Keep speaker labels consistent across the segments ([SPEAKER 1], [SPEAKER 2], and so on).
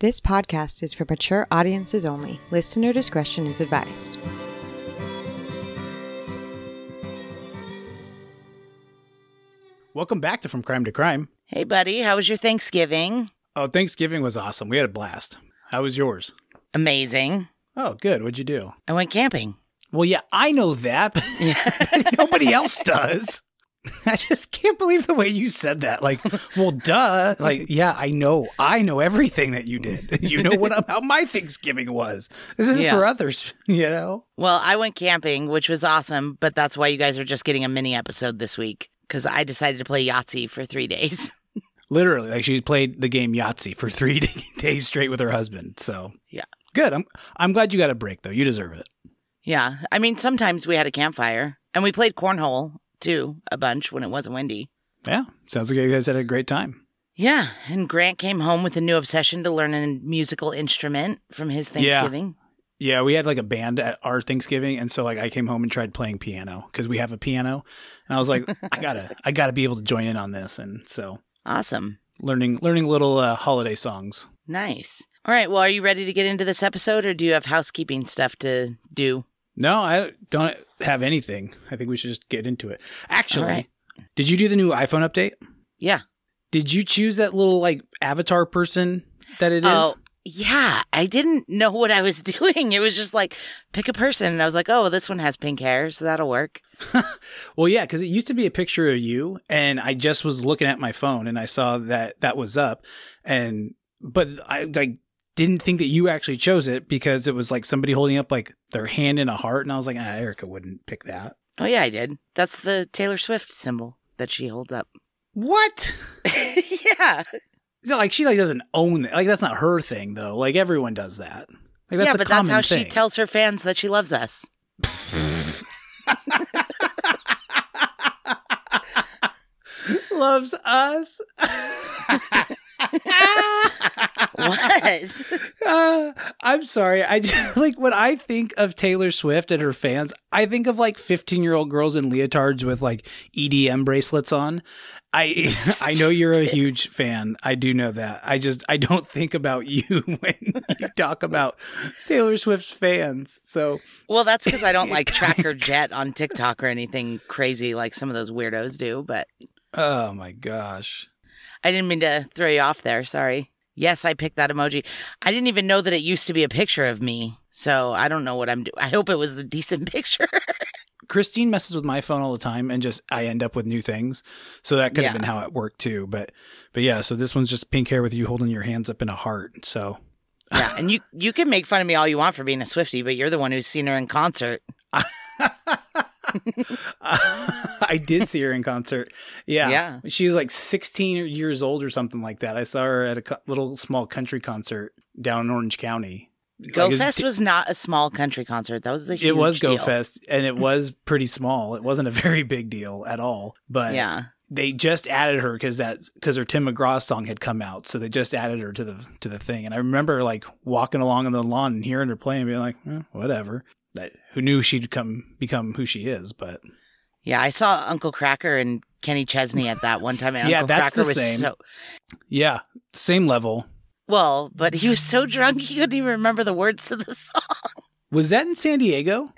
[SPEAKER 1] This podcast is for mature audiences only. Listener discretion is advised.
[SPEAKER 2] Welcome back to From Crime to Crime.
[SPEAKER 3] Hey, buddy, how was your Thanksgiving?
[SPEAKER 2] Oh, Thanksgiving was awesome. We had a blast. How was yours?
[SPEAKER 3] Amazing.
[SPEAKER 2] Oh, good. What'd you do?
[SPEAKER 3] I went camping.
[SPEAKER 2] Well, yeah, I know that, but nobody else does. I just can't believe the way you said that. Like, well, duh. Like, yeah, I know. I know everything that you did. You know what how my Thanksgiving was. This isn't
[SPEAKER 3] Yeah.
[SPEAKER 2] for others, you know.
[SPEAKER 3] Well, I went camping, which was awesome, but that's why you guys are just getting a mini episode this week because I decided to play Yahtzee for three days.
[SPEAKER 2] Literally, like she played the game Yahtzee for three days straight with her husband. So
[SPEAKER 3] Yeah.
[SPEAKER 2] good. I'm I'm glad you got a break though. You deserve it.
[SPEAKER 3] yeah. I mean, sometimes we had a campfire and we played cornhole too, a bunch when it wasn't windy.
[SPEAKER 2] Yeah, sounds like you guys had a great time.
[SPEAKER 3] Yeah. And Grant came home with a new obsession to learn a musical instrument from his
[SPEAKER 2] Yeah.
[SPEAKER 3] Thanksgiving.
[SPEAKER 2] Yeah, we had like a band at our Thanksgiving, and so like I came home and tried playing piano because we have a piano, and I was like, I gotta, I gotta be able to join in on this, and so
[SPEAKER 3] Awesome.
[SPEAKER 2] learning, learning little uh, holiday songs.
[SPEAKER 3] Nice. All right. Well, are you ready to get into this episode or do you have housekeeping stuff to do?
[SPEAKER 2] No, I don't have anything. I think we should just get into it. Actually,
[SPEAKER 3] All right.
[SPEAKER 2] did you do the new iPhone update?
[SPEAKER 3] Yeah.
[SPEAKER 2] Did you choose that little like avatar person that it is?
[SPEAKER 3] Oh, yeah. I didn't know what I was doing. It was just like pick a person, and I was like, oh, this one has pink hair, so that'll work.
[SPEAKER 2] Well, yeah, because it used to be a picture of you, and I just was looking at my phone and I saw that that was up, and but I like didn't think that you actually chose it because it was like somebody holding up like their hand in a heart, and I was like, ah, Erica wouldn't pick that.
[SPEAKER 3] Oh yeah, I did. That's the Taylor Swift symbol that she holds up.
[SPEAKER 2] What?
[SPEAKER 3] yeah,
[SPEAKER 2] It's not Like she like doesn't own that. Like that's not her thing though. Like everyone does that. Like that's
[SPEAKER 3] yeah,
[SPEAKER 2] a
[SPEAKER 3] but that's
[SPEAKER 2] common
[SPEAKER 3] how
[SPEAKER 2] thing.
[SPEAKER 3] she tells her fans that she loves us.
[SPEAKER 2] loves us.
[SPEAKER 3] What?
[SPEAKER 2] Uh, I'm sorry. I just like when I think of Taylor Swift and her fans, I think of like 15 year old girls in leotards with like EDM bracelets on. I I know you're a huge fan. I do know that. I just I don't think about you when you talk about Taylor Swift's fans. So
[SPEAKER 3] well, that's because I don't like track her jet on TikTok or anything crazy like some of those weirdos do. But
[SPEAKER 2] oh my gosh.
[SPEAKER 3] I didn't mean to throw you off there. Sorry. Yes, I picked that emoji. I didn't even know that it used to be a picture of me. So I don't know what I'm doing. I hope it was a decent picture.
[SPEAKER 2] Christine messes with my phone all the time and just I end up with new things. So that could have
[SPEAKER 3] Yeah.
[SPEAKER 2] been how it worked too. But but yeah, so this one's just pink hair with you holding your hands up in a heart. So
[SPEAKER 3] yeah, and you you can make fun of me all you want for being a Swifty, but you're the one who's seen her in concert.
[SPEAKER 2] I did see her in concert. Yeah.
[SPEAKER 3] Yeah.
[SPEAKER 2] She was like 16 years old or something like that. I saw her at a co- little small country concert down in Orange County.
[SPEAKER 3] Go
[SPEAKER 2] Like, it-
[SPEAKER 3] Fest was not a small country concert. That was the huge
[SPEAKER 2] It was Go
[SPEAKER 3] deal.
[SPEAKER 2] Fest and it was pretty small. It wasn't a very big deal at all. But
[SPEAKER 3] Yeah.
[SPEAKER 2] they just added her because that's because her Tim McGraw song had come out, so they just added her to the to the thing. And I remember like walking along on the lawn and hearing her play and being like, eh, whatever. That, who knew she'd come become who she is? But
[SPEAKER 3] Yeah, I saw Uncle Cracker and Kenny Chesney at that one time. And
[SPEAKER 2] Yeah,
[SPEAKER 3] Uncle
[SPEAKER 2] that's
[SPEAKER 3] Cracker
[SPEAKER 2] the
[SPEAKER 3] was
[SPEAKER 2] same.
[SPEAKER 3] So,
[SPEAKER 2] yeah, same level.
[SPEAKER 3] well, but he was so drunk he couldn't even remember the words to the song.
[SPEAKER 2] Was that in San Diego?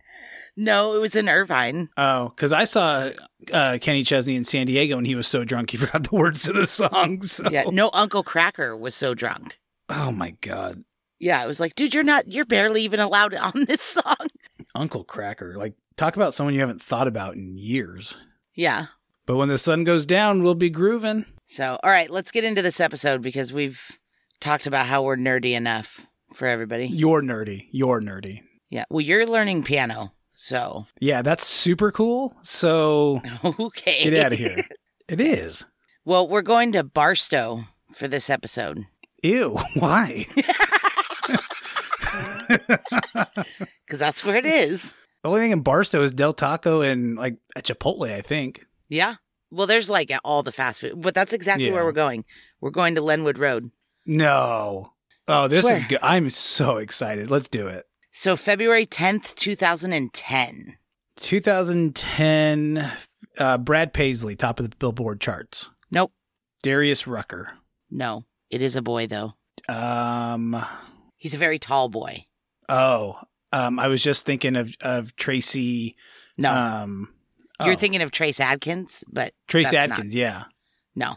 [SPEAKER 3] No, it was in Irvine.
[SPEAKER 2] Oh, because I saw uh, Kenny Chesney in San Diego and he was so drunk he forgot the words to the song. So.
[SPEAKER 3] Yeah, no, Uncle Cracker was so drunk.
[SPEAKER 2] Oh my God,
[SPEAKER 3] Yeah, it was like, dude, you're not, you're barely even allowed on this song.
[SPEAKER 2] Uncle Cracker! Like talk about someone you haven't thought about in years.
[SPEAKER 3] Yeah.
[SPEAKER 2] But when the sun goes down, we'll be grooving.
[SPEAKER 3] So, all right, let's get into this episode because we've talked about how we're nerdy enough for everybody.
[SPEAKER 2] You're nerdy. You're nerdy.
[SPEAKER 3] Yeah. Well, you're learning piano. So,
[SPEAKER 2] Yeah, that's super cool. So
[SPEAKER 3] okay.
[SPEAKER 2] get out of here. It is.
[SPEAKER 3] Well, we're going to Barstow for this episode
[SPEAKER 2] Ew. Why?
[SPEAKER 3] because that's where it is.
[SPEAKER 2] The only thing in Barstow is Del Taco and like a Chipotle, I think.
[SPEAKER 3] Yeah. Well, there's like all the fast food, but that's exactly
[SPEAKER 2] Yeah.
[SPEAKER 3] where we're going. We're going to Lenwood Road.
[SPEAKER 2] No. Oh, this is
[SPEAKER 3] Swear.
[SPEAKER 2] good. I'm so excited. Let's do it.
[SPEAKER 3] So, February 10th, 2010.
[SPEAKER 2] 2010, uh, Brad Paisley, top of the Billboard charts.
[SPEAKER 3] Nope.
[SPEAKER 2] Darius Rucker.
[SPEAKER 3] No, it is a boy, though.
[SPEAKER 2] Um,
[SPEAKER 3] He's a very tall boy.
[SPEAKER 2] oh, um, I was just thinking of of Tracy.
[SPEAKER 3] No,
[SPEAKER 2] Um,
[SPEAKER 3] you're
[SPEAKER 2] oh,
[SPEAKER 3] thinking of Trace Adkins, but
[SPEAKER 2] Trace
[SPEAKER 3] that's not-
[SPEAKER 2] Adkins. Yeah,
[SPEAKER 3] no,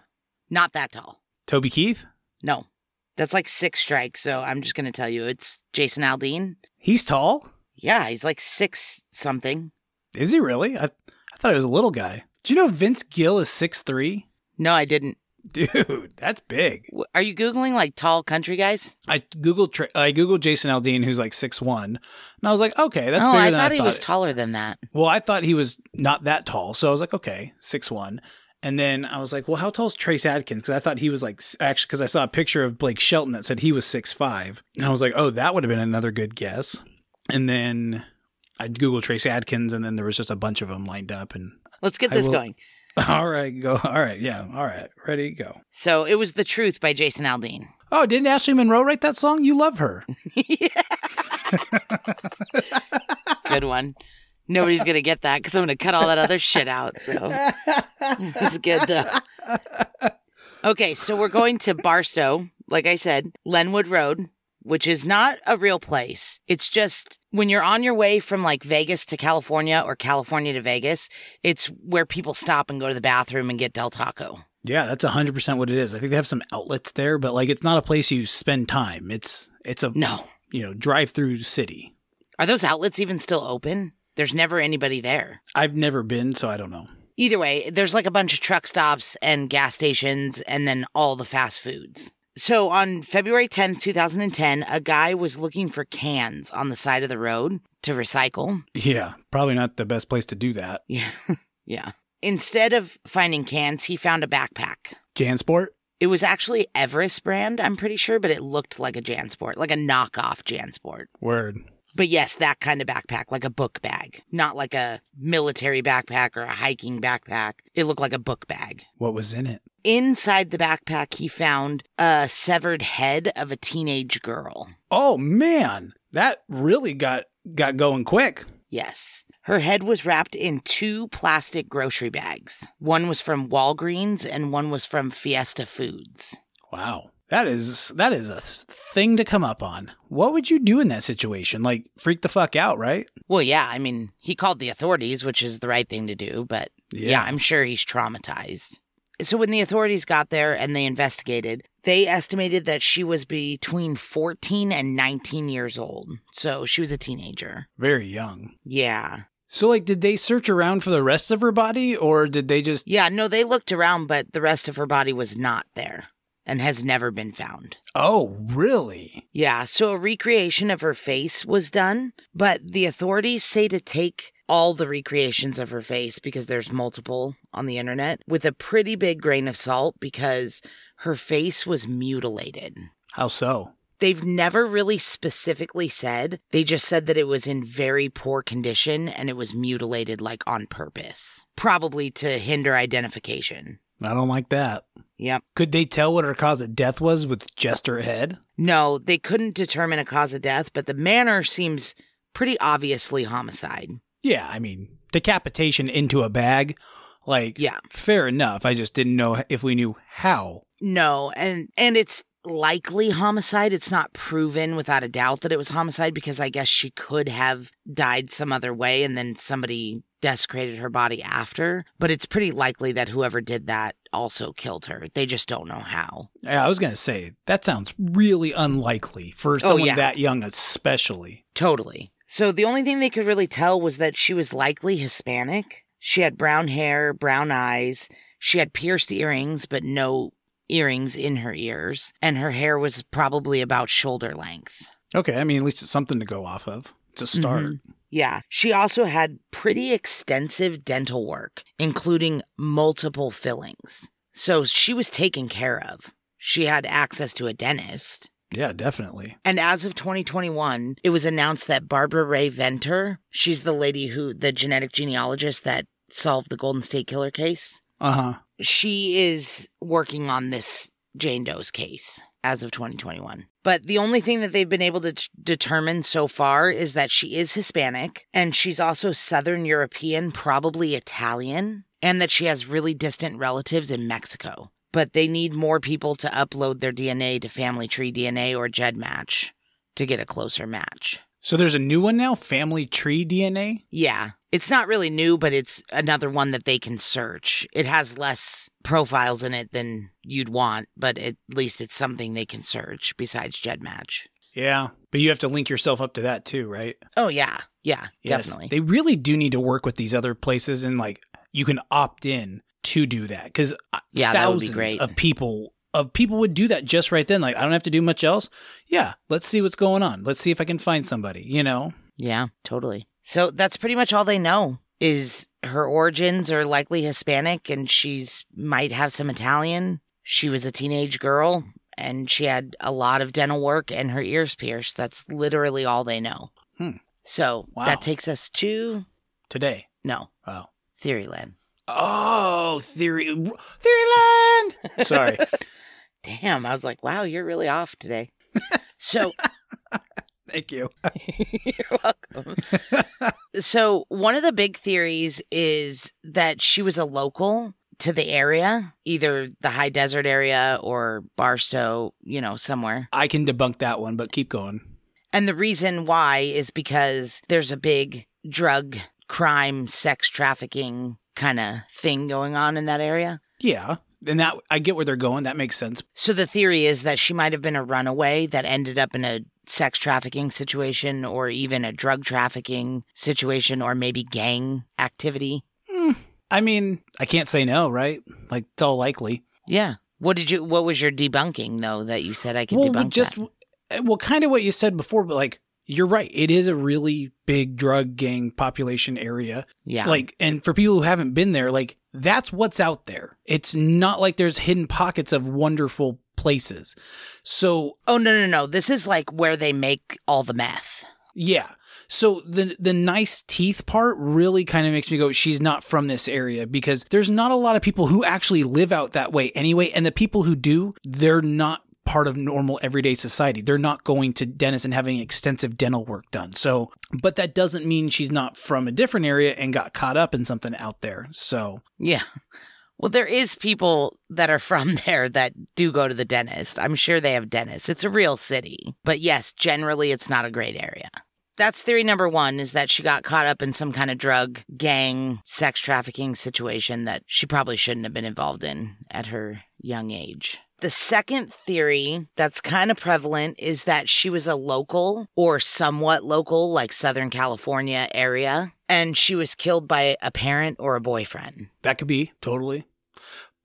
[SPEAKER 3] not that tall.
[SPEAKER 2] Toby Keith.
[SPEAKER 3] No, that's like six strikes. So I'm just gonna tell you, it's Jason Aldean.
[SPEAKER 2] He's tall.
[SPEAKER 3] Yeah, he's like six something.
[SPEAKER 2] Is he really? I I thought he was a little guy. Do you know Vince Gill is six three?
[SPEAKER 3] No, I didn't.
[SPEAKER 2] Dude, that's big.
[SPEAKER 3] W- Are you googling like tall country guys?
[SPEAKER 2] I googled tra- I googled Jason Aldean, who's like six one, and I was like, okay, that's
[SPEAKER 3] oh,
[SPEAKER 2] bigger
[SPEAKER 3] I
[SPEAKER 2] than
[SPEAKER 3] thought
[SPEAKER 2] I
[SPEAKER 3] he
[SPEAKER 2] thought.
[SPEAKER 3] was taller than that.
[SPEAKER 2] well, I thought he was not that tall, so I was like, okay, six one. And then I was like, well, how tall is Trace Adkins? Because I thought he was like s- actually because I saw a picture of Blake Shelton that said he was six five, and I was like, oh, that would have been another good guess. And then I googled Trace Adkins, and then there was just a bunch of them lined up. And
[SPEAKER 3] Let's get
[SPEAKER 2] I
[SPEAKER 3] this
[SPEAKER 2] will-
[SPEAKER 3] going.
[SPEAKER 2] all right, go, all right, yeah, all right, ready, go.
[SPEAKER 3] So it was The Truth by Jason Aldean.
[SPEAKER 2] Oh, didn't Ashley Monroe write that song? You love her.
[SPEAKER 3] Good one. Nobody's going to get that because I'm going to cut all that other shit out. So this is good, though. Okay, so we're going to Barstow, like I said, Lenwood Road, which is not a real place. It's just when you're on your way from like Vegas to California or California to Vegas, it's where people stop and go to the bathroom and get Del Taco.
[SPEAKER 2] Yeah, that's hundred percent what it is. I think they have some outlets there, but like it's not a place you spend time. It's it's a
[SPEAKER 3] No.
[SPEAKER 2] you know drive through city.
[SPEAKER 3] Are those outlets even still open? There's never anybody there.
[SPEAKER 2] I've never been, so I don't know.
[SPEAKER 3] Either way, there's like a bunch of truck stops and gas stations and then all the fast foods. So on February 10th, 2010, a guy was looking for cans on the side of the road to recycle.
[SPEAKER 2] Yeah, probably not the best place to do that.
[SPEAKER 3] Yeah. yeah. Instead of finding cans, he found a backpack.
[SPEAKER 2] Jansport.
[SPEAKER 3] It was actually Everest brand, I'm pretty sure, but it looked like a Jansport, like a knockoff Jansport.
[SPEAKER 2] Word.
[SPEAKER 3] But yes, that kind of backpack, like a book bag, not like a military backpack or a hiking backpack. It looked like a book bag.
[SPEAKER 2] What was in it?
[SPEAKER 3] Inside the backpack, he found a severed head of a teenage girl.
[SPEAKER 2] Oh man, that really got got going quick.
[SPEAKER 3] Yes. Her head was wrapped in two plastic grocery bags. One was from Walgreens and one was from Fiesta Foods.
[SPEAKER 2] Wow. That is that is a s- thing to come up on. What would you do in that situation? Like freak the fuck out, right?
[SPEAKER 3] Well, yeah, I mean, he called the authorities, which is the right thing to do, but yeah, I'm sure he's traumatized. So when the authorities got there and they investigated, they estimated that she was between 14 and 19 years old. So she was a teenager.
[SPEAKER 2] Very young.
[SPEAKER 3] Yeah.
[SPEAKER 2] So like did they search around for the rest of her body or did they just
[SPEAKER 3] Yeah, no, they looked around, but the rest of her body was not there and has never been found.
[SPEAKER 2] Oh, really?
[SPEAKER 3] Yeah, so a recreation of her face was done, but the authorities say to take all the recreations of her face because there's multiple on the internet with a pretty big grain of salt because her face was mutilated.
[SPEAKER 2] How so?
[SPEAKER 3] They've never really specifically said. They just said that it was in very poor condition and it was mutilated like on purpose, probably to hinder identification.
[SPEAKER 2] I don't like that.
[SPEAKER 3] Yep.
[SPEAKER 2] Could they tell what her cause of death was with just her head?
[SPEAKER 3] No, they couldn't determine a cause of death, but the manner seems pretty obviously homicide.
[SPEAKER 2] Yeah, I mean, decapitation into a bag, like,
[SPEAKER 3] Yeah.
[SPEAKER 2] fair enough. I just didn't know if we knew how.
[SPEAKER 3] No, and and it's likely homicide. It's not proven without a doubt that it was homicide because I guess she could have died some other way and then somebody desecrated her body after, but it's pretty likely that whoever did that also killed her. They just don't know how.
[SPEAKER 2] Yeah, I was gonna say that sounds really unlikely for someone
[SPEAKER 3] Oh, yeah.
[SPEAKER 2] that young, especially.
[SPEAKER 3] Totally. So the only thing they could really tell was that she was likely Hispanic. She had brown hair, brown eyes. She had pierced earrings, but no earrings in her ears. And her hair was probably about shoulder length.
[SPEAKER 2] Okay, I mean, at least it's something to go off of. It's a
[SPEAKER 3] Mm-hmm.
[SPEAKER 2] start.
[SPEAKER 3] Yeah. She also had pretty extensive dental work, including multiple fillings. So she was taken care of. She had access to a dentist.
[SPEAKER 2] Yeah, definitely.
[SPEAKER 3] And as of 2021, it was announced that Barbara Ray Venter, she's the lady who, the genetic genealogist that solved the Golden State Killer case,
[SPEAKER 2] Uh huh.
[SPEAKER 3] she is working on this Jane Doe's case as of 2021. But the only thing that they've been able to t- determine so far is that she is Hispanic and she's also Southern European, probably Italian, and that she has really distant relatives in Mexico. but they need more people to upload their DNA to Family Tree DNA or GEDmatch to get a closer match.
[SPEAKER 2] So there's a new one now, Family Tree DNA.
[SPEAKER 3] Yeah. It's not really new, but it's another one that they can search. It has less profiles in it than you'd want, but at least it's something they can search besides GEDmatch.
[SPEAKER 2] Yeah, but you have to link yourself up to that too, right?
[SPEAKER 3] Oh, yeah. Yeah, definitely.
[SPEAKER 2] They really do need to work with these other places and like you can opt in to do that because
[SPEAKER 3] Yeah, that would be
[SPEAKER 2] thousands
[SPEAKER 3] great.
[SPEAKER 2] of people of people would do that just right then. Like I don't have to do much else. Yeah, let's see what's going on. Let's see if I can find somebody. You know.
[SPEAKER 3] Yeah, totally. So that's pretty much all they know is her origins are likely Hispanic and she's might have some Italian. She was a teenage girl and she had a lot of dental work and her ears pierced. That's literally all they know.
[SPEAKER 2] Hmm.
[SPEAKER 3] So
[SPEAKER 2] Wow.
[SPEAKER 3] that takes us to
[SPEAKER 2] Today.
[SPEAKER 3] no,
[SPEAKER 2] Wow.
[SPEAKER 3] Theoryland.
[SPEAKER 2] Oh, theory, Theoryland. Sorry.
[SPEAKER 3] Damn, I was like, wow, you're really off today. so
[SPEAKER 2] Thank you.
[SPEAKER 3] You're welcome. so, one of the big theories is that she was a local to the area, either the high desert area or Barstow, you know, somewhere.
[SPEAKER 2] I can debunk that one, but keep going.
[SPEAKER 3] And the reason why is because there's a big drug crime, sex trafficking kind of thing going on in that area.
[SPEAKER 2] Yeah, and that I get where they're going. That makes sense.
[SPEAKER 3] So, the theory is that she might have been a runaway that ended up in a sex trafficking situation or even a drug trafficking situation or maybe gang activity.
[SPEAKER 2] I mean, I can't say no, right? Like it's all likely.
[SPEAKER 3] Yeah. What did you? What was your debunking though that you said I could
[SPEAKER 2] well, we
[SPEAKER 3] debunk?
[SPEAKER 2] just
[SPEAKER 3] that?
[SPEAKER 2] uh, well, kind of what you said before, but like you're right. It is a really big drug gang population area.
[SPEAKER 3] yeah,
[SPEAKER 2] Like, and for people who haven't been there, like that's what's out there. It's not like there's hidden pockets of wonderful places. So
[SPEAKER 3] oh no no no, this is like where they make all the meth.
[SPEAKER 2] Yeah. So the the nice teeth part really kind of makes me go, she's not from this area because there's not a lot of people who actually live out that way anyway, and the people who do, they're not part of normal everyday society. They're not going to dentists and having extensive dental work done. So, but that doesn't mean she's not from a different area and got caught up in something out there. So,
[SPEAKER 3] Yeah. Well, there is people that are from there that do go to the dentist. I'm sure they have dentists. It's a real city, but yes, generally it's not a great area. That's theory number one: is that she got caught up in some kind of drug gang sex trafficking situation that she probably shouldn't have been involved in at her young age. The second theory that's kind of prevalent is that she was a local or somewhat local, like Southern California area, and she was killed by a parent or a boyfriend.
[SPEAKER 2] that could be totally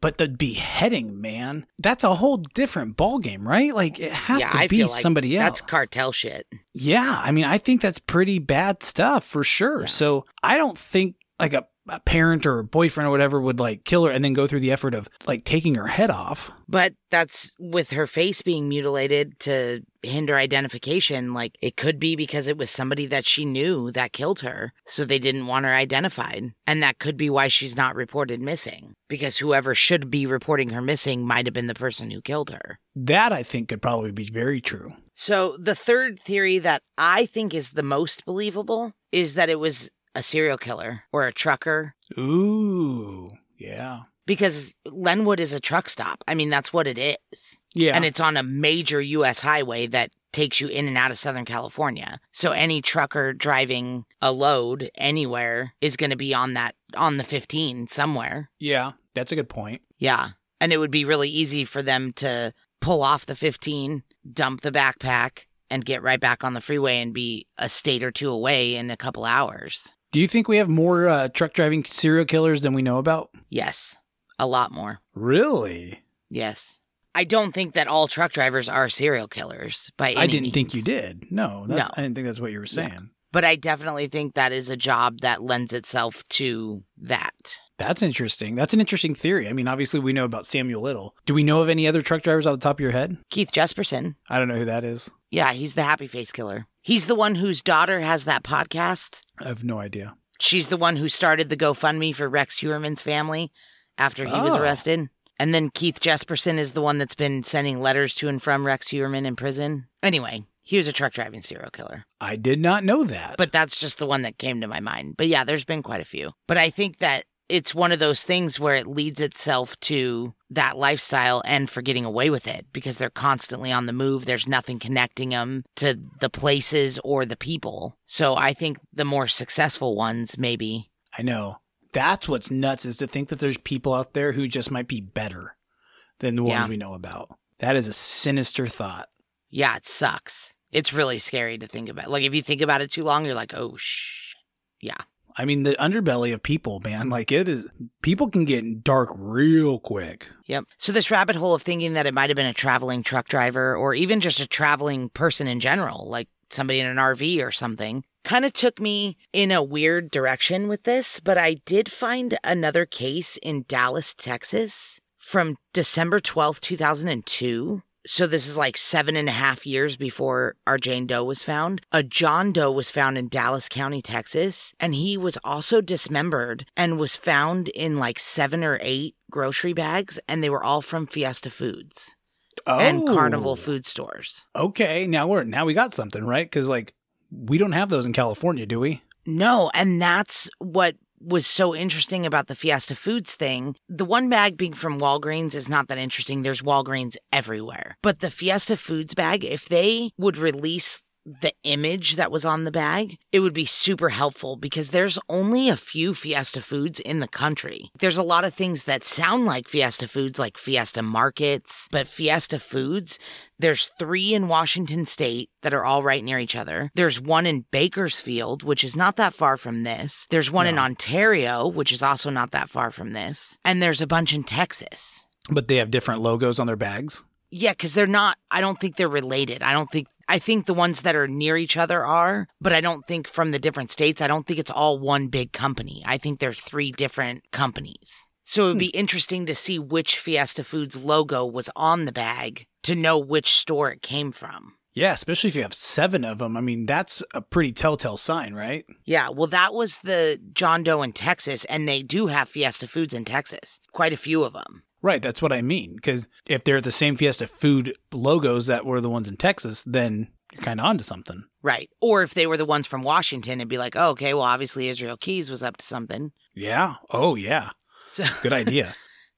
[SPEAKER 2] but the beheading, man, that's a whole different ballgame, right? Like it has to be somebody else.
[SPEAKER 3] That's cartel shit.
[SPEAKER 2] Yeah, I mean, I think that's pretty bad stuff for sure.
[SPEAKER 3] Yeah.
[SPEAKER 2] So I don't think like a, a parent or a boyfriend or whatever would like kill her and then go through the effort of like taking her head off.
[SPEAKER 3] But that's with her face being mutilated to hinder identification. Like it could be because it was somebody that she knew that killed her. So they didn't want her identified. And that could be why she's not reported missing because whoever should be reporting her missing might have been the person who killed her.
[SPEAKER 2] That I think could probably be very true.
[SPEAKER 3] So the third theory that I think is the most believable is that it was a serial killer or a trucker
[SPEAKER 2] Ooh, yeah,
[SPEAKER 3] because Lenwood is a truck stop. I mean, that's what it is.
[SPEAKER 2] yeah,
[SPEAKER 3] And it's on a major U.S. highway that takes you in and out of Southern California. So any trucker driving a load anywhere is going to be on that, on the 15 somewhere.
[SPEAKER 2] yeah. That's a good point.
[SPEAKER 3] Yeah. And it would be really easy for them to pull off the 15, dump the backpack, and get right back on the freeway and be a state or two away in a couple hours.
[SPEAKER 2] Do you think we have more uh, truck driving serial killers than we know about?
[SPEAKER 3] Yes. A lot more.
[SPEAKER 2] Really?
[SPEAKER 3] Yes. I don't think that all truck drivers are serial killers by any
[SPEAKER 2] I didn't think you
[SPEAKER 3] means.
[SPEAKER 2] did. No, that,
[SPEAKER 3] No.
[SPEAKER 2] I didn't think that's what you were saying.
[SPEAKER 3] But I definitely think that is a job that lends itself to that.
[SPEAKER 2] That's interesting. That's an interesting theory. I mean, obviously, we know about Samuel Little. Do we know of any other truck drivers off the top of your head?
[SPEAKER 3] Keith Jesperson.
[SPEAKER 2] I don't know who that is.
[SPEAKER 3] Yeah, he's the happy face killer. He's the one whose daughter has that podcast.
[SPEAKER 2] I have no idea.
[SPEAKER 3] She's the one who started the GoFundMe for Rex Huerman's family after he was
[SPEAKER 2] Oh.
[SPEAKER 3] arrested. And then Keith Jesperson is the one that's been sending letters to and from Rex Huerman in prison. Anyway, he was a truck driving serial killer.
[SPEAKER 2] I did not know that.
[SPEAKER 3] but that's just the one that came to my mind. But yeah, there's been quite a few. But I think that it's one of those things where it leads itself to that lifestyle and for getting away with it because they're constantly on the move. There's nothing connecting them to the places or the people. So I think the more successful ones, maybe.
[SPEAKER 2] I know. That's what's nuts is to think that there's people out there who just might be better than the ones
[SPEAKER 3] Yeah.
[SPEAKER 2] we know about. That is a sinister thought.
[SPEAKER 3] Yeah, it sucks. It's really scary to think about. Like, if you think about it too long, you're like, oh, shh.
[SPEAKER 2] I mean, the underbelly of people, man, like it is, people can get dark real quick.
[SPEAKER 3] Yep. So, this rabbit hole of thinking that it might have been a traveling truck driver or even just a traveling person in general, like somebody in an RV or something, kind of took me in a weird direction with this. But I did find another case in Dallas, Texas from December 12th, 2002. So, this is like seven and a half years before our Jane Doe was found. A John Doe was found in Dallas County, Texas, and he was also dismembered and was found in like seven or eight grocery bags, and they were all from Fiesta Foods
[SPEAKER 2] Oh,
[SPEAKER 3] and Carnival food stores.
[SPEAKER 2] Okay, now we're now we got something right because like we don't have those in California, do we?
[SPEAKER 3] No, and that's what was so interesting about the Fiesta Foods thing. The one bag being from Walgreens is not that interesting. There's Walgreens everywhere. But the Fiesta Foods bag, if they would release the image that was on the bag, it would be super helpful because there's only a few Fiesta Foods in the country. There's a lot of things that sound like Fiesta Foods, like Fiesta Markets, but Fiesta Foods, there's three in Washington state that are all right near each other. There's one in Bakersfield, which is not that far from this. There's one in Ontario, which is also not that far from this. And there's a bunch in Texas.
[SPEAKER 2] But they have different logos on their bags.
[SPEAKER 3] Yeah, because they're not, I don't think they're related. I don't think, I think the ones that are near each other are, but I don't think from the different states, I don't think it's all one big company. I think they're three different companies. So it would be interesting to see which Fiesta Foods logo was on the bag to know which store it came from.
[SPEAKER 2] Yeah, especially if you have seven of them. I mean, that's a pretty telltale sign, right?
[SPEAKER 3] Yeah, well, that was the John Doe in Texas, and they do have Fiesta Foods in Texas, quite a few of them.
[SPEAKER 2] Right, that's what I mean. Because if they're the same Fiesta food logos that were the ones in Texas, then you're kind of onto something.
[SPEAKER 3] Right. Or if they were the ones from Washington, it'd be like, oh, okay, well, obviously Israel Keys was up to something.
[SPEAKER 2] Yeah. Oh, yeah.
[SPEAKER 3] So.
[SPEAKER 2] Good idea.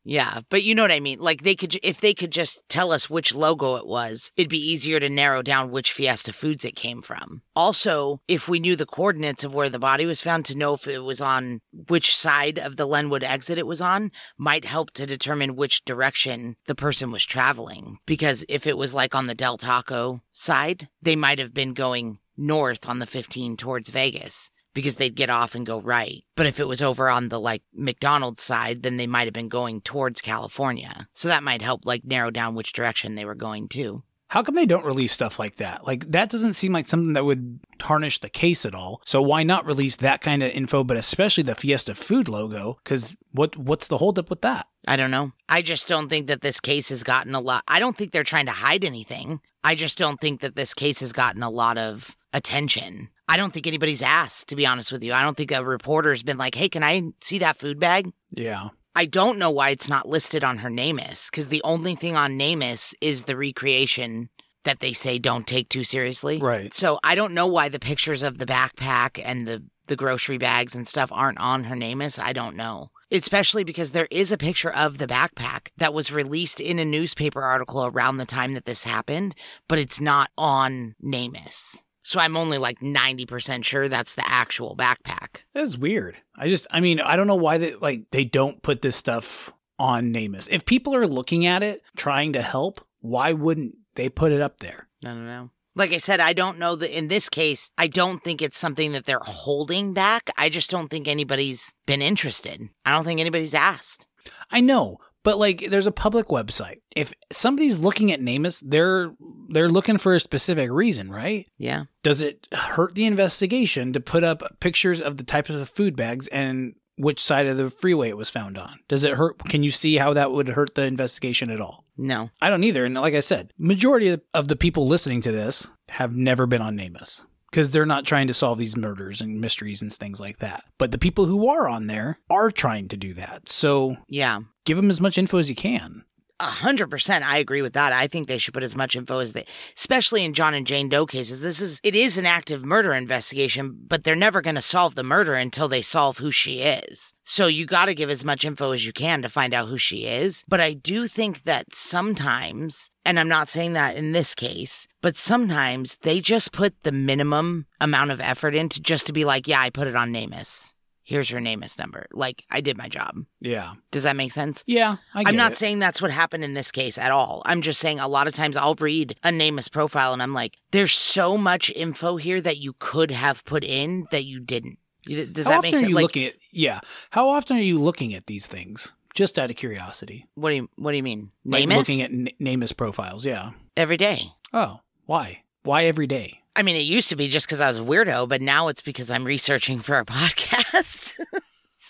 [SPEAKER 3] Yeah, but you know what I mean. Like they could, if they could just tell us which logo it was, it'd be easier to narrow down which Fiesta Foods it came from. Also, if we knew the coordinates of where the body was found, to know if it was on which side of the Lenwood exit it was on, might help to determine which direction the person was traveling. Because if it was like on the Del Taco side, they might have been going north on the 15 towards Vegas because they'd get off and go right. But if it was over on the like McDonald's side, then they might have been going towards California. So that might help like narrow down which direction they were going to.
[SPEAKER 2] How come they don't release stuff like that? Like, that doesn't seem like something that would tarnish the case at all. So why not release that kind of info, but especially the Fiesta food logo? Because what, what's the holdup with that?
[SPEAKER 3] I don't know. I just don't think that this case has gotten a lot. I don't think they're trying to hide anything. I just don't think that this case has gotten a lot of attention. I don't think anybody's asked, to be honest with you. I don't think a reporter's been like, hey, can I see that food bag?
[SPEAKER 2] Yeah.
[SPEAKER 3] I don't know why it's not listed on her Namus because the only thing on Namus is the recreation that they say don't take too seriously.
[SPEAKER 2] Right.
[SPEAKER 3] So I don't know why the pictures of the backpack and the the grocery bags and stuff aren't on her Namus. I don't know. Especially because there is a picture of the backpack that was released in a newspaper article around the time that this happened, but it's not on Namus. So I'm only like 90% sure that's the actual backpack.
[SPEAKER 2] That's weird. I just, I mean, I don't know why they like they don't put this stuff on Namus. If people are looking at it, trying to help, why wouldn't they put it up there?
[SPEAKER 3] I don't know. Like I said, I don't know that in this case, I don't think it's something that they're holding back. I just don't think anybody's been interested. I don't think anybody's asked.
[SPEAKER 2] I know, but like, there's a public website. If somebody's looking at Namus, they're they're looking for a specific reason, right?
[SPEAKER 3] Yeah.
[SPEAKER 2] Does it hurt the investigation to put up pictures of the types of food bags and which side of the freeway it was found on? Does it hurt? Can you see how that would hurt the investigation at all?
[SPEAKER 3] No.
[SPEAKER 2] I don't either. And like I said, majority of the people listening to this have never been on Namus because they're not trying to solve these murders and mysteries and things like that. But the people who are on there are trying to do that. So
[SPEAKER 3] Yeah.
[SPEAKER 2] give them as much info as you can.
[SPEAKER 3] A hundred percent, I agree with that. I think they should put as much info as they, especially in John and Jane Doe cases. This is it is an active murder investigation, but they're never going to solve the murder until they solve who she is. So you got to give as much info as you can to find out who she is. But I do think that sometimes, and I'm not saying that in this case, but sometimes they just put the minimum amount of effort into just to be like, yeah, I put it on Namus. Here's her Namus number. Like I did my job.
[SPEAKER 2] Yeah.
[SPEAKER 3] Does that make sense?
[SPEAKER 2] Yeah. I get
[SPEAKER 3] I'm not
[SPEAKER 2] it.
[SPEAKER 3] saying that's what happened in this case at all. I'm just saying a lot of times I'll read a nameless profile and I'm like, there's so much info here that you could have put in that you didn't. You- Does
[SPEAKER 2] How
[SPEAKER 3] that
[SPEAKER 2] often
[SPEAKER 3] make
[SPEAKER 2] are
[SPEAKER 3] sense?
[SPEAKER 2] you
[SPEAKER 3] Like,
[SPEAKER 2] looking at? Yeah. How often are you looking at these things? Just out of curiosity.
[SPEAKER 3] what do you what do you mean?
[SPEAKER 2] Like
[SPEAKER 3] Namus
[SPEAKER 2] looking at N- Namus profiles. Yeah.
[SPEAKER 3] every day.
[SPEAKER 2] Oh, why? Why every day?
[SPEAKER 3] I mean, it used to be just because I was a weirdo, but now it's because I'm researching for a podcast.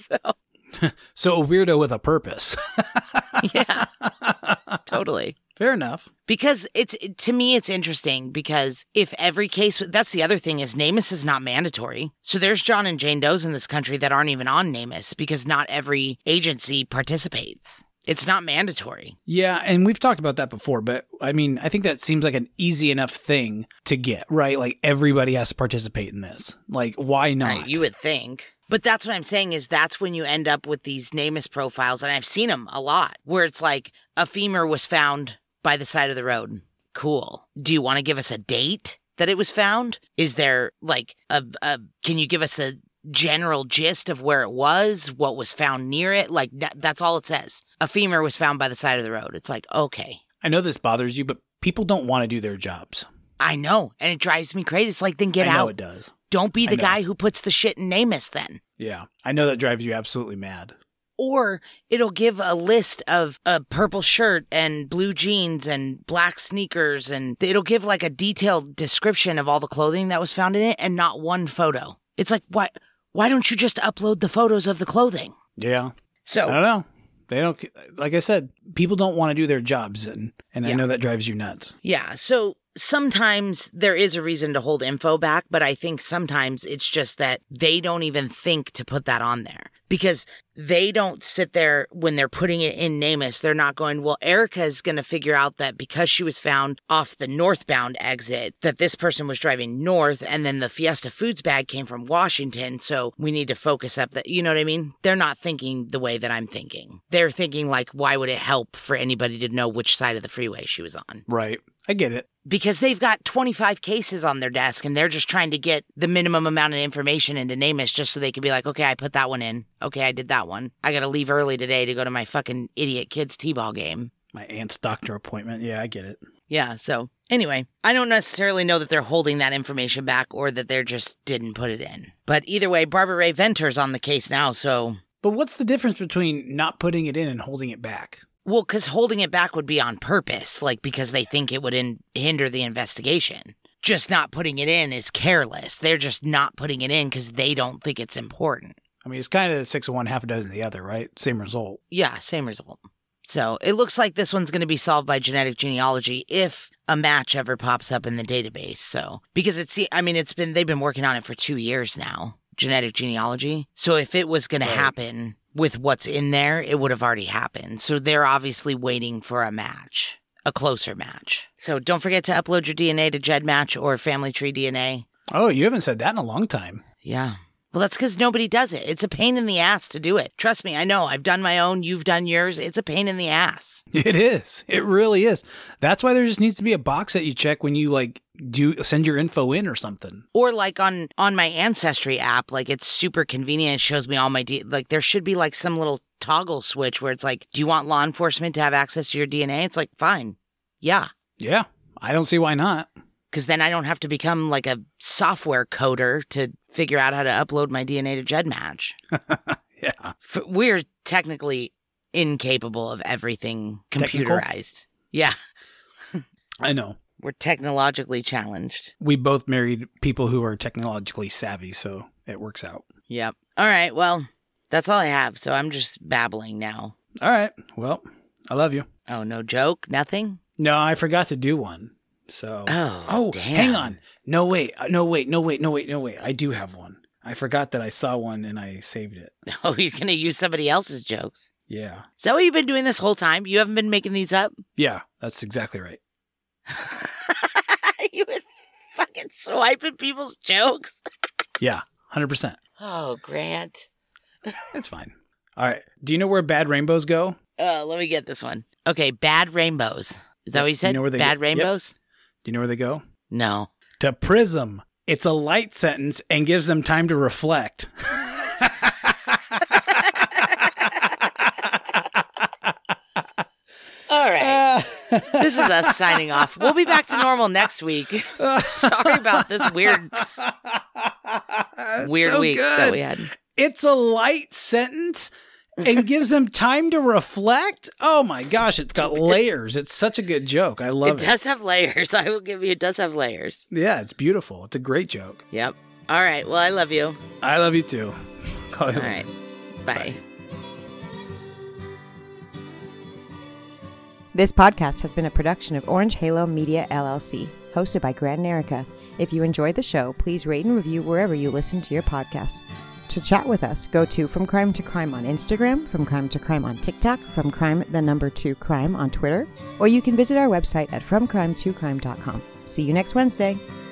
[SPEAKER 3] so
[SPEAKER 2] So a weirdo with a purpose.
[SPEAKER 3] yeah, totally.
[SPEAKER 2] Fair enough.
[SPEAKER 3] because it's to me it's interesting because if every case that's the other thing is namus is not mandatory so there's john and jane does in this country that aren't even on namus because not every agency participates it's not mandatory
[SPEAKER 2] Yeah, and we've talked about that before, but I mean, I think that seems like an easy enough thing to get, right? Like everybody has to participate in this. Like why not?
[SPEAKER 3] Right, you would think but that's what i'm saying is that's when you end up with these namus profiles and i've seen them a lot where it's like a femur was found by the side of the road cool do you want to give us a date that it was found is there like a, a can you give us a general gist of where it was, what was found near it. Like that, that's all it says. A femur was found by the side of the road. It's like, okay,
[SPEAKER 2] I know this bothers you, but people don't want to do their jobs.
[SPEAKER 3] I know. And it drives me crazy. It's like, then get
[SPEAKER 2] I know
[SPEAKER 3] out.
[SPEAKER 2] it does.
[SPEAKER 3] Don't be
[SPEAKER 2] I
[SPEAKER 3] the
[SPEAKER 2] know.
[SPEAKER 3] guy who puts the shit in Namus then.
[SPEAKER 2] Yeah. I know that drives you absolutely mad.
[SPEAKER 3] Or it'll give a list of a purple shirt and blue jeans and black sneakers. And it'll give like a detailed description of all the clothing that was found in it and not one photo. It's like, why, why don't you just upload the photos of the clothing?
[SPEAKER 2] Yeah.
[SPEAKER 3] So
[SPEAKER 2] I don't know. They don't like I said, people don't want to do their jobs and and I
[SPEAKER 3] Yeah.
[SPEAKER 2] know that drives you nuts.
[SPEAKER 3] Yeah. So sometimes there is a reason to hold info back, but I think sometimes it's just that they don't even think to put that on there because they don't sit there when they're putting it in Namus. They're not going, well, Erica is going to figure out that because she was found off the northbound exit, that this person was driving north and then the Fiesta Foods bag came from Washington. So we need to focus up that, you know what I mean? They're not thinking the way that I'm thinking. They're thinking, like, why would it help for anybody to know which side of the freeway she was on?
[SPEAKER 2] Right. I get it.
[SPEAKER 3] because they've got 25 cases on their desk and they're just trying to get the minimum amount of information into Namus just so they can be like, okay, I put that one in. Okay, I did that one. I got to leave early today to go to my fucking idiot kids' T ball game.
[SPEAKER 2] My aunt's doctor appointment. Yeah, I get it.
[SPEAKER 3] Yeah, so anyway, I don't necessarily know that they're holding that information back or that they're just didn't put it in. But either way, Barbara Ray Venter's on the case now, so.
[SPEAKER 2] But what's the difference between not putting it in and holding it back?
[SPEAKER 3] Well, because holding it back would be on purpose, like because they think it would in- hinder the investigation. Just not putting it in is careless. They're just not putting it in because they don't think it's important.
[SPEAKER 2] I mean, it's kind of six of one, half a dozen of the other, right? Same result.
[SPEAKER 3] Yeah, same result. So it looks like this one's going to be solved by genetic genealogy if a match ever pops up in the database. So because it's, I mean, it's been they've been working on it for two years now, genetic genealogy. So if it was going
[SPEAKER 2] Right.
[SPEAKER 3] to happen with what's in there, it would have already happened. So they're obviously waiting for a match, a closer match. So don't forget to upload your DNA to GEDmatch or Family Tree DNA.
[SPEAKER 2] Oh, you haven't said that in a long time.
[SPEAKER 3] Yeah. Well, that's because nobody does it. It's a pain in the ass to do it. Trust me, I know. I've done my own. You've done yours. It's a pain in the ass.
[SPEAKER 2] It is. It really is. That's why there just needs to be a box that you check when you like do send your info in or something.
[SPEAKER 3] Or like on on my ancestry app, like it's super convenient. It shows me all my D like there should be like some little toggle switch where it's like, do you want law enforcement to have access to your DNA? It's like fine, yeah,
[SPEAKER 2] Yeah. I don't see why not.
[SPEAKER 3] because then I don't have to become like a software coder to figure out how to upload my DNA to GEDmatch.
[SPEAKER 2] Yeah.
[SPEAKER 3] F- we're technically incapable of everything
[SPEAKER 2] Technical?
[SPEAKER 3] computerized. Yeah.
[SPEAKER 2] I know.
[SPEAKER 3] we're technologically challenged.
[SPEAKER 2] We both married people who are technologically savvy, so it works out.
[SPEAKER 3] Yep. All right. Well, that's all I have. So I'm just babbling now.
[SPEAKER 2] All right. Well, I love you.
[SPEAKER 3] Oh, no joke. Nothing.
[SPEAKER 2] No, I forgot to do one. So
[SPEAKER 3] Oh, damn.
[SPEAKER 2] hang on. No wait. Uh, No wait. No wait. No wait. No wait. I do have one. I forgot that I saw one and I saved it.
[SPEAKER 3] Oh, you're gonna use somebody else's jokes.
[SPEAKER 2] Yeah.
[SPEAKER 3] Is that what you've been doing this whole time? You haven't been making these up?
[SPEAKER 2] Yeah. That's exactly right.
[SPEAKER 3] You've been fucking swiping people's jokes.
[SPEAKER 2] Yeah. 100%.
[SPEAKER 3] Oh, Grant.
[SPEAKER 2] It's fine. All right. Do you know where bad rainbows go?
[SPEAKER 3] Uh, let me get this one. Okay, bad rainbows. Is that
[SPEAKER 2] Yep,
[SPEAKER 3] what you said?
[SPEAKER 2] you know where they
[SPEAKER 3] bad
[SPEAKER 2] go- yep.
[SPEAKER 3] rainbows?
[SPEAKER 2] Do you know where they go?
[SPEAKER 3] No.
[SPEAKER 2] To prism. It's a light sentence and gives them time to reflect.
[SPEAKER 3] All right. this is us signing off. We'll be back to normal next week. Sorry about this weird,
[SPEAKER 2] It's
[SPEAKER 3] weird
[SPEAKER 2] so
[SPEAKER 3] week
[SPEAKER 2] good.
[SPEAKER 3] that we had.
[SPEAKER 2] It's a light sentence and gives them time to reflect. Oh my gosh, it's got layers. It's such a good joke. I love
[SPEAKER 3] it
[SPEAKER 2] it.
[SPEAKER 3] does have layers. I will give you, it does have layers.
[SPEAKER 2] Yeah, it's beautiful. It's a great joke.
[SPEAKER 3] Yep. All right. Well, I love you.
[SPEAKER 2] I love you too. Call you
[SPEAKER 3] All
[SPEAKER 2] later.
[SPEAKER 3] right. Bye.
[SPEAKER 1] This podcast has been a production of Orange Halo Media LLC, hosted by Grant and Erica. If you enjoyed the show, please rate and review wherever you listen to your podcasts. To chat with us, go to From Crime to Crime on Instagram, From Crime to Crime on TikTok, From Crime the number two crime on Twitter, or you can visit our website at FromCrime2Crime.com. See you next Wednesday.